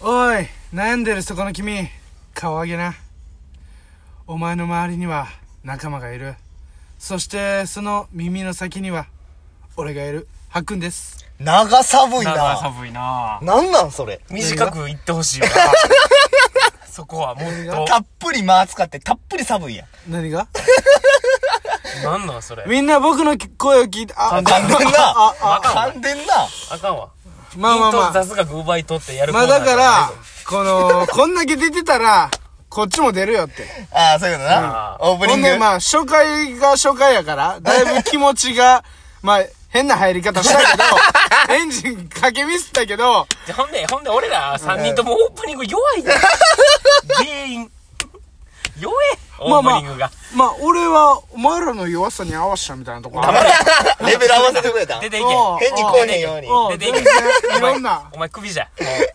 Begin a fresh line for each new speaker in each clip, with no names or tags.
おい悩んでるそこの君顔上げなお前の周りには仲間がいるそしてその耳の先には俺がいるはっくんです
長寒い
なんか
な。
寒いな
なんなんそれ。
短く言ってほ しいわそこはもっと
たっぷり間使って、たっぷり寒いやん。
何が
なんなんそれ
みんな僕の声を聞いてあ
噛んでんな。
ああ
噛んでんな。
あかんわ
まあまあま
ピン
あ
と雑学奪い取ってやる
まあだからこのこんだけ出てたらこっちも出るよって
ああ、そういうことな。
う
オープニ
ほん
ング
で。まあ初回が初回やからだいぶ気持ちがまあ変な入り方したけ どエンジンかけミスったけど
じゃほんでほんで俺ら3人ともオープニング弱いんだ全員弱え
ま
オ
あま
ー
あ
プニングが
まあ俺はお前らの弱さに合わせたみたいなとこある
レベル合わせてくれた。
出ていけ
おう
変に来えへんように。
おう
出てい
全
け
然いろんな
お前首じゃ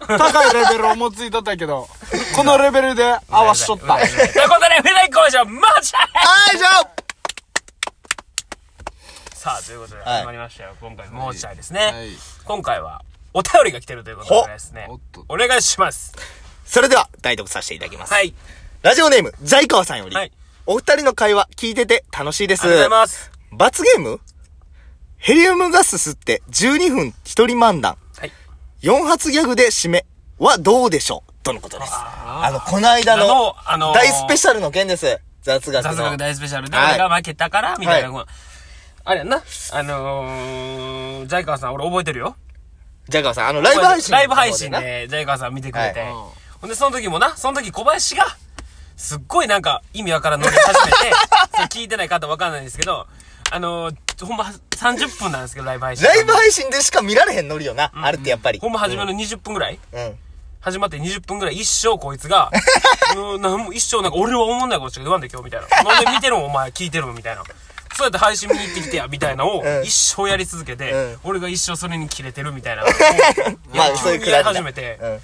高いレベルを持ついとったけどこのレベルで合わしとった
ということで船井工場マーチ
はい、じゃあ
さあということで
はい
始まりましたよ今回もーチャーです
い
ね今回はお便りが来てるということでですね
ほおっと
お願いします
それでは、代読させていただきます。
はい
ラジオネーム、ジャイカワさんより。
はい
お二人の会話、聞いてて楽しいです。
ありがとうございます
罰ゲームヘリウムガス吸って12分一人漫談。
はい
4発ギャグで締めはどうでしょうとのことです。あの、この間
あ
の
の、あのー
大スペシャルの件です。雑学の。
雑学大スペシャルで
はい
俺が負けたからみたいな
は
あれやんなあのージャイカワさん俺覚えてるよ
ジャガーさん、あの、ライブ配信。
ライブ配信。で、ジャイカーさん見てくれて。
はい
ほんで、その時もな、その時小林が、すっごいなんか意味わからんのり始めて、 それ聞いてない方わかんないんですけど、あのー、ほんま30分なんですけど、ライブ配信。
ライブ配信でしか見られへんノリよな。あれってやっぱり。
ほんま始める20分ぐらい、
うん。
始まって20分ぐらい一生こい つが、うん、なんも一生なんか俺は思んないことしか言わんで今日みたいな。 なんで見てるのお前聞いてるのみたいな。そうやって配信見に行ってきてや、みたいなのを
うん
一生やり続けて、
うん
俺が一生それにキレてるみたいな。
まあ、そういうくらいだ
やり始めて
うん。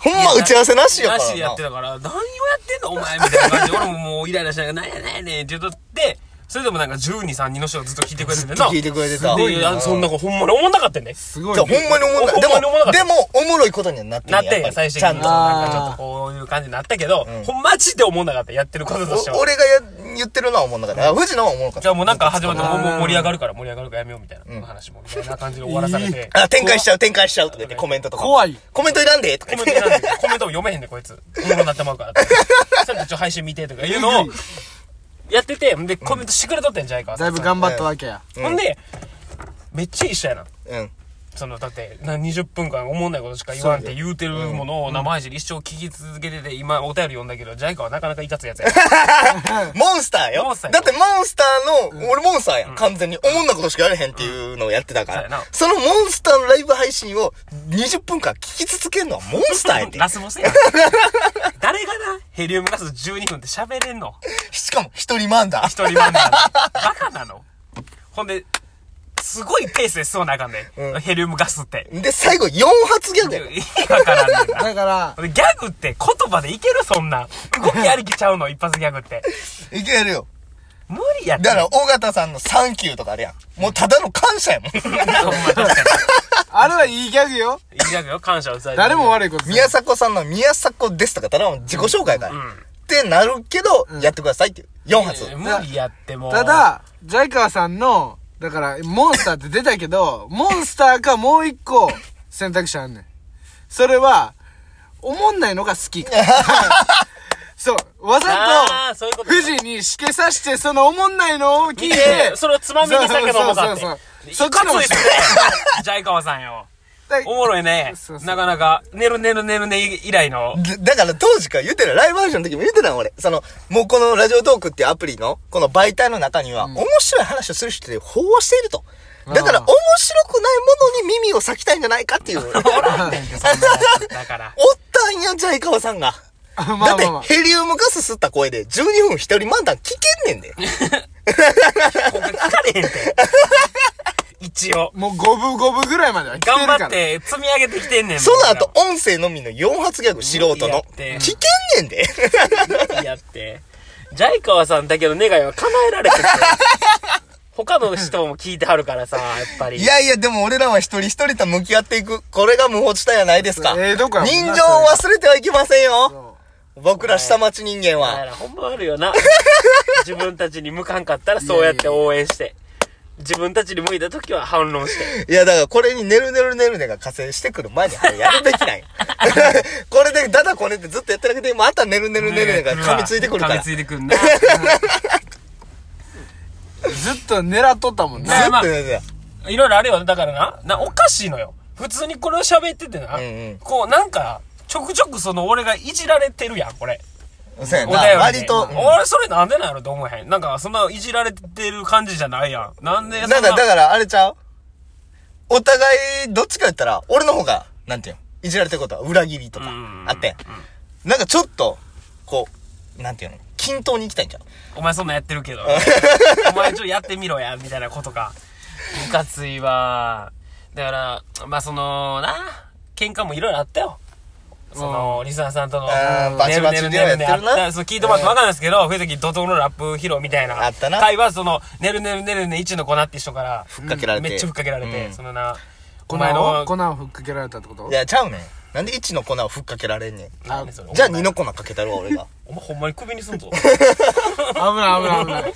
ほんま打ち合わせなしよ、
なしでやってたから、何をやってんのお前みたいな感じで、俺ももうイライラしながら、なんやなんやねんって言っとって、それでもなんか12、3人の人がずっと聞いてくれててな。
聞いてくれてた。
で、あそんな子ほんまに思んなかったんだよ。
すごい
じゃあほ
ね
んまに思んない。で
ほんまに思わ
も、
なかった
でも、おもろいことにはなってん
な
や
ってん
や
や、
っぱ
最
り
終
ち
的
ゃん
にも。
と。
なんかちょっとこういう感じになったけど、ほんまマジで思んなかった。やってることとして
お
は。
俺がや言ってるのは思んなかった。あ藤野は思んなかっ
じ
た。
ゃあもうなんか始まって、
うん
もうもう盛り上がるから、盛り上がるからやめようみたいな。話も、みたいな感じで終わらされて。
あ、展開しちゃう、展開しちゃうとか言ってコメントとか。
怖い。
コメントいらんでとか
コメ
言
ン
っ
ト
て。
なんで、コメントも読めへんねこいつ。おもろなってまうからって。それでちょ、配信見てとかいうのを、やってて、で、コメントしてくれとってんじゃないか。
だいぶ頑張ったわけや
ほんで、めっちゃ一緒やな。
うん。
その、だって、な20分間思んないことしか言わんって言うてるものを生配信で一生聞き続けてて、今お便り読んだけど、ジャイカはなかなかいかつやつや。
モンスターよ。
モンスター
だ
よ
ってモンスターの、俺モンスターやん。完全に。思んなことしかやれへんっていうのをやってたか
そうやな
ら。そのモンスターのライブ配信を20分間聞き続けるのはモンスターやで
ラ。ス ボスやん。誰がな、ヘリウムガス12分って喋れんの
しかも、一人漫談。
一人漫談で。バカなのほんで、すごいペースでそうなあかんね、
うん
ヘリウムガスって。
で、最後4発ギャグやろ
意味わからんねんな。
だから
ほんでギャグって言葉でいけるそんな。動きありきちゃうの、一発ギャグって。
いけるよ。
無理やって。
だから、尾形さんのサンキューとかあるやん。もうただの感謝やもん。
ほんま確か
あれはいいギャグよ
に。いいギャグよ、感謝を伝えて。
誰も悪いことする
宮迫さんの宮迫ですとか、ただの自己紹介から。
ん
ってなるけど、やってくださいっていう。4発。
えー無理やってもう
ただ、ジャイカワさんの、だから、モンスターって出たけど、 モンスターかもう一個選択肢あんねん。それは、思んないのが好 き。そう、わ
あー
ざ、
そういうこととね
富士にしけさして、その思んないのを聞い
見
て
て、それをつまみにしたけどもかって
そうそうそう
そ
そうう
か
そっちの
つ
方
で
が
すねジャイカワさんよ
だ
おもろいね
そうそう
なかなか「ねるねるねるね」以来の
だだから当時から言ってたよライブ配信の時も言ってたの俺。その、もうこのラジオトークっていうアプリの、この媒体の中には、面白い話をする人って飽和していると。だから
あー
面白くないものに耳を割きたいんじゃないかっていう。おっ
おらんねんってそんなやつ だから
たんや、ジャイカワさんが。
あまあま
だっ
あ
て
まあ、。
ヘリウムガス吸った声で12分一人漫談聞けんねんで。
他聞かれへんて一応
もう五分五分ぐらいまでは来てる
頑
から。
張って積み上げてきてんねん
その後、音声のみの4発ギャグ素人
無理や
の
っ。て
聞けんねんで。
やってジャイカワさんだけの願いは叶えられてて他の人も聞いてはるからさ、やっぱり。
いやいや、でも俺らは一人一人と向き合っていく。これが無法地帯やないですか。
ええどこやもん
人
な
情を忘れてはいけませんよ。
そ
僕ら下町人間
だか
は。
らほんまあるよな。自分たちに向かんかったらそうやって応援して。自分たちに向いた時は反論して。
いや、だからこれにねるねるねるねが加勢してくる前にあれやるべき ない。これでダダこねってずっとやってるだけで、またねるねるねるねが噛みついてくるから。
噛みついてくるな。
うずっと狙っとったもん
ず
ね
っ
まあまあ
とねる
いろいろあるよね。だからな、な、おかしいのよ。普通にこれを喋っててな、
うんうん
こうなんか、ちょくちょくその俺がいじられてるやん、これ。
そうや
お
な。
便りで
割と。うん
俺それなんでなんやろと思えへん。なんかそんないじられてる感じじゃないやん。なんでそん
な
なん
か、だから、あれちゃうお互い、どっちか言ったら、俺の方が、なんていうのいじられてることは裏切りとか
うんうんう、ん
あってん。なんかちょっと、こう、なんていうの均等に行きたいんちゃう
お前そんなんやって るけど。お前ちょっとやってみろや、みたいなことか。ムカついわ。だから、まあその、な、喧嘩もいろいろあったよ。その、リスナーさんとの、
あーバチバチ
ねる
に
ねるねるね
やってるな
あったそう聞いてもらってわかるんないですけど、冬時怒涛のラップ披露みたいな。
あったな
会話、その、ねるねるねるね一の粉って人から、
ふっかけられて。
めっちゃふっかけられて、
うん
そのな、
粉
お前
を
の、
粉をふっかけられたってこと
いや、ちゃうねん。なんで1の粉をふっかけられんねん。
なんでそれ
じゃあ2の粉かけたるわ、俺が。
お前ほんまに首に すんぞ。
危ない危ない危ない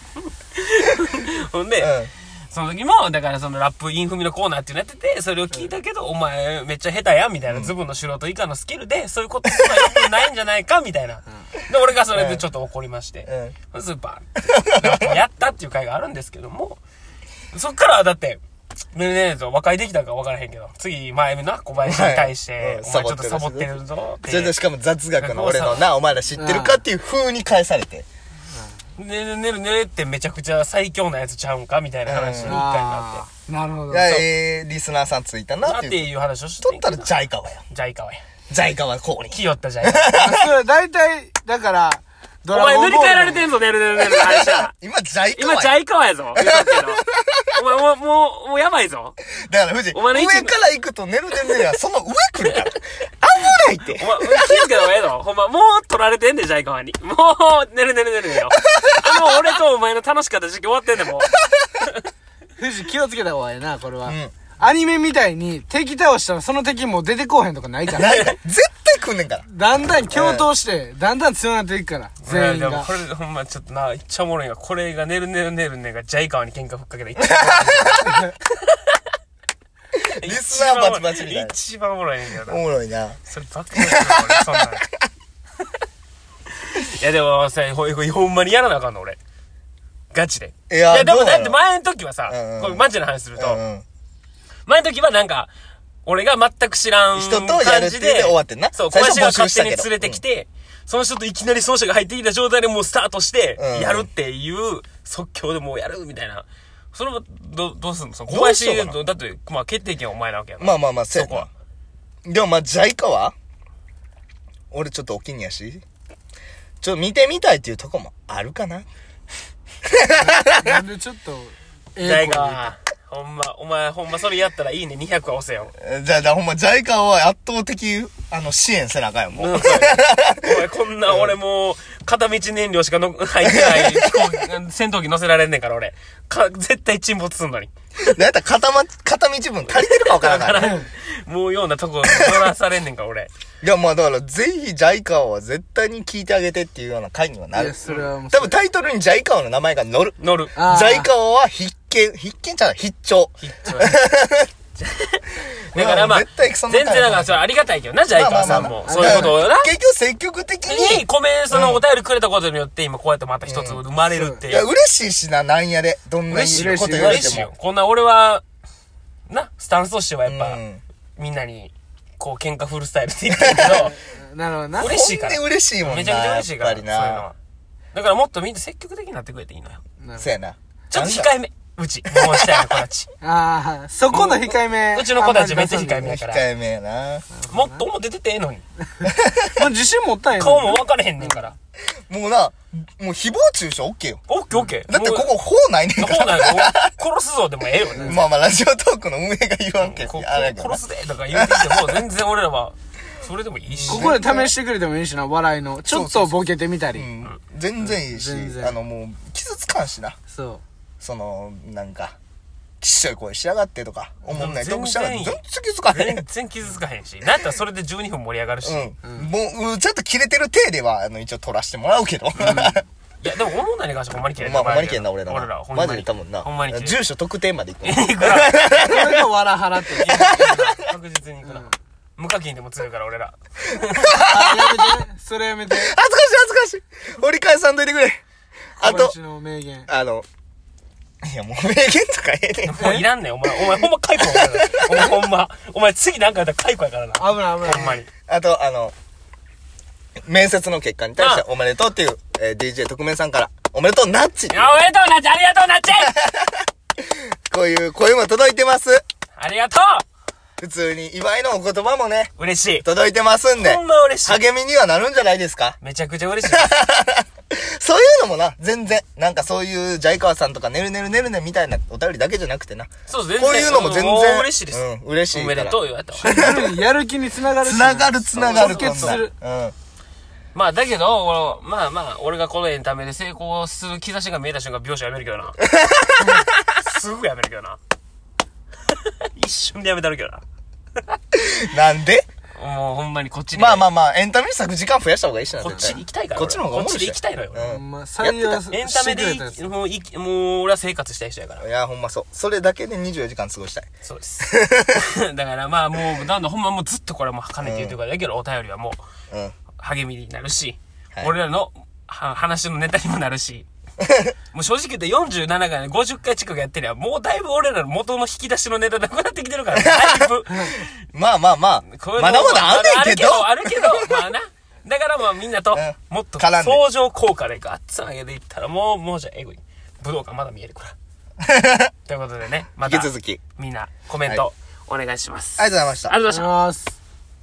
ほんで、
う
その時も、だからそのラップインフミのコーナーっていうのやってて、それを聞いたけど、お前めっちゃ下手やんみたいな、ズブの素人以下のスキルで、そういうことすら良くないんじゃないかみたいな。で、俺がそれでちょっと怒りまして、スーパー、ラップやったっていう回があるんですけども、そっからはだって、ねえねえと和解できたんか分からへんけど、次、前目な、小林に対して、
うん
お前ちょっとサボってるぞっ
ん。それで
て
し。かも雑学の俺のな、お前ら知ってるかっていう風に返されて。
ねえねえねえってめちゃくちゃ最強なやつちゃうんかみたいな話に一回な
あ
って。
ーなるほど
いや、えー、リスナーさんついたな
な
っ
ってて
いう。
いう話をして
取ったらジャイカワや。
ジャイカわや。
ジャイカワこうに。
気よったジャイカ
あそれは大体だからド
お前塗り替えられ
る
てんぞ、ねるねるねるの 話は。
今ジャイカワ
今、
や
ジャイカワ やぞ。言うとくけどお前、もう、もう、もうやばいぞ。
だから、富士、
お前の位置
上から行くと寝る寝る寝るはその上来るから。危ないって。
お前、気をつけた方がえ えぞ。ほんま、もう取られてんで、ジャイカワに。もう、ねるねるねるねよ。あの、俺とお前の楽しかった時期終わってんで、もう。
富士気をつけた方がええなこれは、
うん
アニメみたいに敵倒したらその敵もう出てこうへんとかない から
ないない。絶対来んねんから。
だんだん共闘して、だんだん強なっていくから、全員
いやでも
が
こ。れほんまちょっとな、いっちゃおもろいが、これがねるねるねるねがジャイカワに喧嘩ふっかけ た。一番
リスナーバチバチみたいな。
一番おもろいねんけどな
お。もろいな。
それバカだよ俺そんなんいやでもさほほほんまにやらなあかんの俺ガチで
いや
で
ど
も
うなの
だって前の時はさ、
うんうん
これマジな話する
う
と、
んうん。
前の時はなんか俺が全く知らん
人とやる
感
って
じ
言って
で
終わってんな
そう小
最初
林が
募集
勝
した
手
け
に
ど
連れてきて、その人といきなり奏者が入ってきた状態でもうスタートして
うんうん
やるっていう即興でもうやるみたいなそれもどどうすんのその小
どうし
林
ようかな
だって、まあ、決定権はお前なわけやから、
まあまあまあ、そうや
そこは
な。でもまあ、ジャイカは俺ちょっとお気にやし。ちょっと見てみたいっていうとこもあるかな。
なんでちょっと、え
大
子に
が、ほんま、お前ほんまそれやったらいいね200は押せよ。
えじゃあ、だほんま、ジャイカは圧倒的、あの、支援せなあかんよ、 もう。
お前こんな俺もう、片道燃料しかの入ってない飛行機、戦闘機乗せられんねんから俺。か、絶対沈没すんのに。
なんやったら片ま、片道分足りてるかわからんから。
もうようなとこ乗らされんねんから俺。
いや、まあだから、ぜひ、ジャイカワは絶対に聞いてあげてっていうような回にはないる
や、。それはもう、
多分タイトルにジャイカワの名前が載る。
乗る。
ジ
あー
ャイカワは必見、必見じゃない、必聴。
そうやねだからまあ、
いや絶対そ
全
んな
然
感じ
なんかそれありがたいけどな、ジャイカーさん
まあまあ
も
ま。あ
そういうことをな。
結局積極的に
に、、コメントのお便りくれたことによって、今こうやってまた一つ生まれるってい
いうや、。嬉しいしな、なんやで。どんなに
嬉しい
こと言われ
嬉
て
しいよ
も。。
こんな俺は、な、スタンスとしてはやっぱ、
うん
みんなに、こう、喧嘩フルスタイルって言ってる け
なるほどな
ど、。嬉し
ほ
い
ん
から
で。嬉しいもんな。
めちゃくちゃ嬉しいから、
やっ
そ
ぱ
うい
り
うのは
な。。
だからもっとみんな積極的になってくれていいのよ。
な
そうやな。
ちょっと控えめ。うち、もうしたいの子 たち。
ああ、そこの控えめ。
うちの子たちめっちゃ控え
め。
め
な
やか
控
ら。
えめやな。
もっと表出てええのに。
もう自信持ったんや。
顔も分かれへんねんから。
もうな、もう誹謗中傷 OK よ。
オッケーオッケー。
だってここ、法ないねん
もう、
か
こう
ら。
なんよ。殺すぞでもええよね。
まあまあ、ラジオトークの運営が言わんけ
ここ
ど。あれやけどな
殺すでとか言うてきて も、全然俺らは、それでもいいし。
ここで試してくれてもいいしな、笑いの。ちょっとボケてみたり
う。ん全然いいし
全、然
あのもう、傷つかんしな。
そ
その、なんか、きっしょい声しやがってとか、おもんないトークしやがって、
全
全
然
然気づかへん
全。然傷つかへんし。なんやったらそれで12分盛り上がるし。
うん。もううん、ちょっと切れてる体では、あの、一応取らしてもらうけど。
いや、でも、おもんないに関してはほんまに嫌い
まあ、ほんまにけんな、俺らな。
俺ら、ほんま
マ
に。
ジで多分な。
ほんまに嫌い。
住所特定まで行く の。
行くな
それがわらはらって。
確実に行くな。無課金でも強いから、俺ら。
あやめて。それやめて。
恥ずかしい恥ずかしい折り返さんといてくれ。あと
私、の名言。
あの、いや、もう名言とかえ えねん。
もういらんねん、お前。お前、ほんま解雇やからな。お前、ほんま。お前、次なんかやったら解雇やからな。
危ない危ない。
ほんまに。
あと、あの、面接の結果に対しておめでとうっていう、えー DJ 特命さんから、おめでとうナッチ
いやおめでとう、なっちありがとう、なっち
こういう声も届いてます。
ありがと
普通に祝いのお言葉もね、
う嬉し
届いてますん
い。
で
ほ、んま嬉しい。
励みにはなるんじゃないですか
めちゃくちゃ嬉しい。
そういうのもな、全然、なんかそういう、ジャイカワさんとか、ねるねるねるねみたいなお便りだけじゃなくてな。
そう、全然。
こういうのも全
もう
然。
嬉しいです。
うん、嬉しい
お
から。
めでとう言われたわ。
やる気 につながるし
つながるつながる。
直結する。
こんなんうん。
まあ、だけど、俺まあまあ、俺がこのエンタメで成功する兆しが見えた瞬間、描写やめるけどな。すぐやめるけどな。一瞬でやめたるけどな。
なんで
もうほんまにこっちに。
まあまあまあ、エンタメに咲く時間増やした方がいいしな、
こっちに行きたいから。
こっちの方が面白い
こっちで行きたいのよ。
うん
ほんま採用し
エンタメ
てく
で
れ
い
たやつ。
もういき、もう俺は生活したい人やから。
いや、ほんまそう。それだけで24時間過ごしたい。
そうです。だからまあもう、なんだほんまもうずっとこれはもうかねて言うてるから、だけどお便りはもう、
うん。
励みになるし、
はい
俺らのは話のネタにもなる し、もう正直言って47回、50回近くやってりゃ、もうだいぶ俺らの元の引き出しのネタなくなってきてるから、だい ぶ。
まあまあまあ
こうい、うの
まだまだあんねんけど。
あるけど、あるけどまあな。だからまあみんなと
うん、
もっと
絡んで
相乗効果でガッツ上げていったら、もう、もうじゃエグい。武道館まだ見えるから。ということでね、また、
引き続き。
みんなコメントお願いします。
ありがとうございました
ありがとうございました。
ありがとうございます。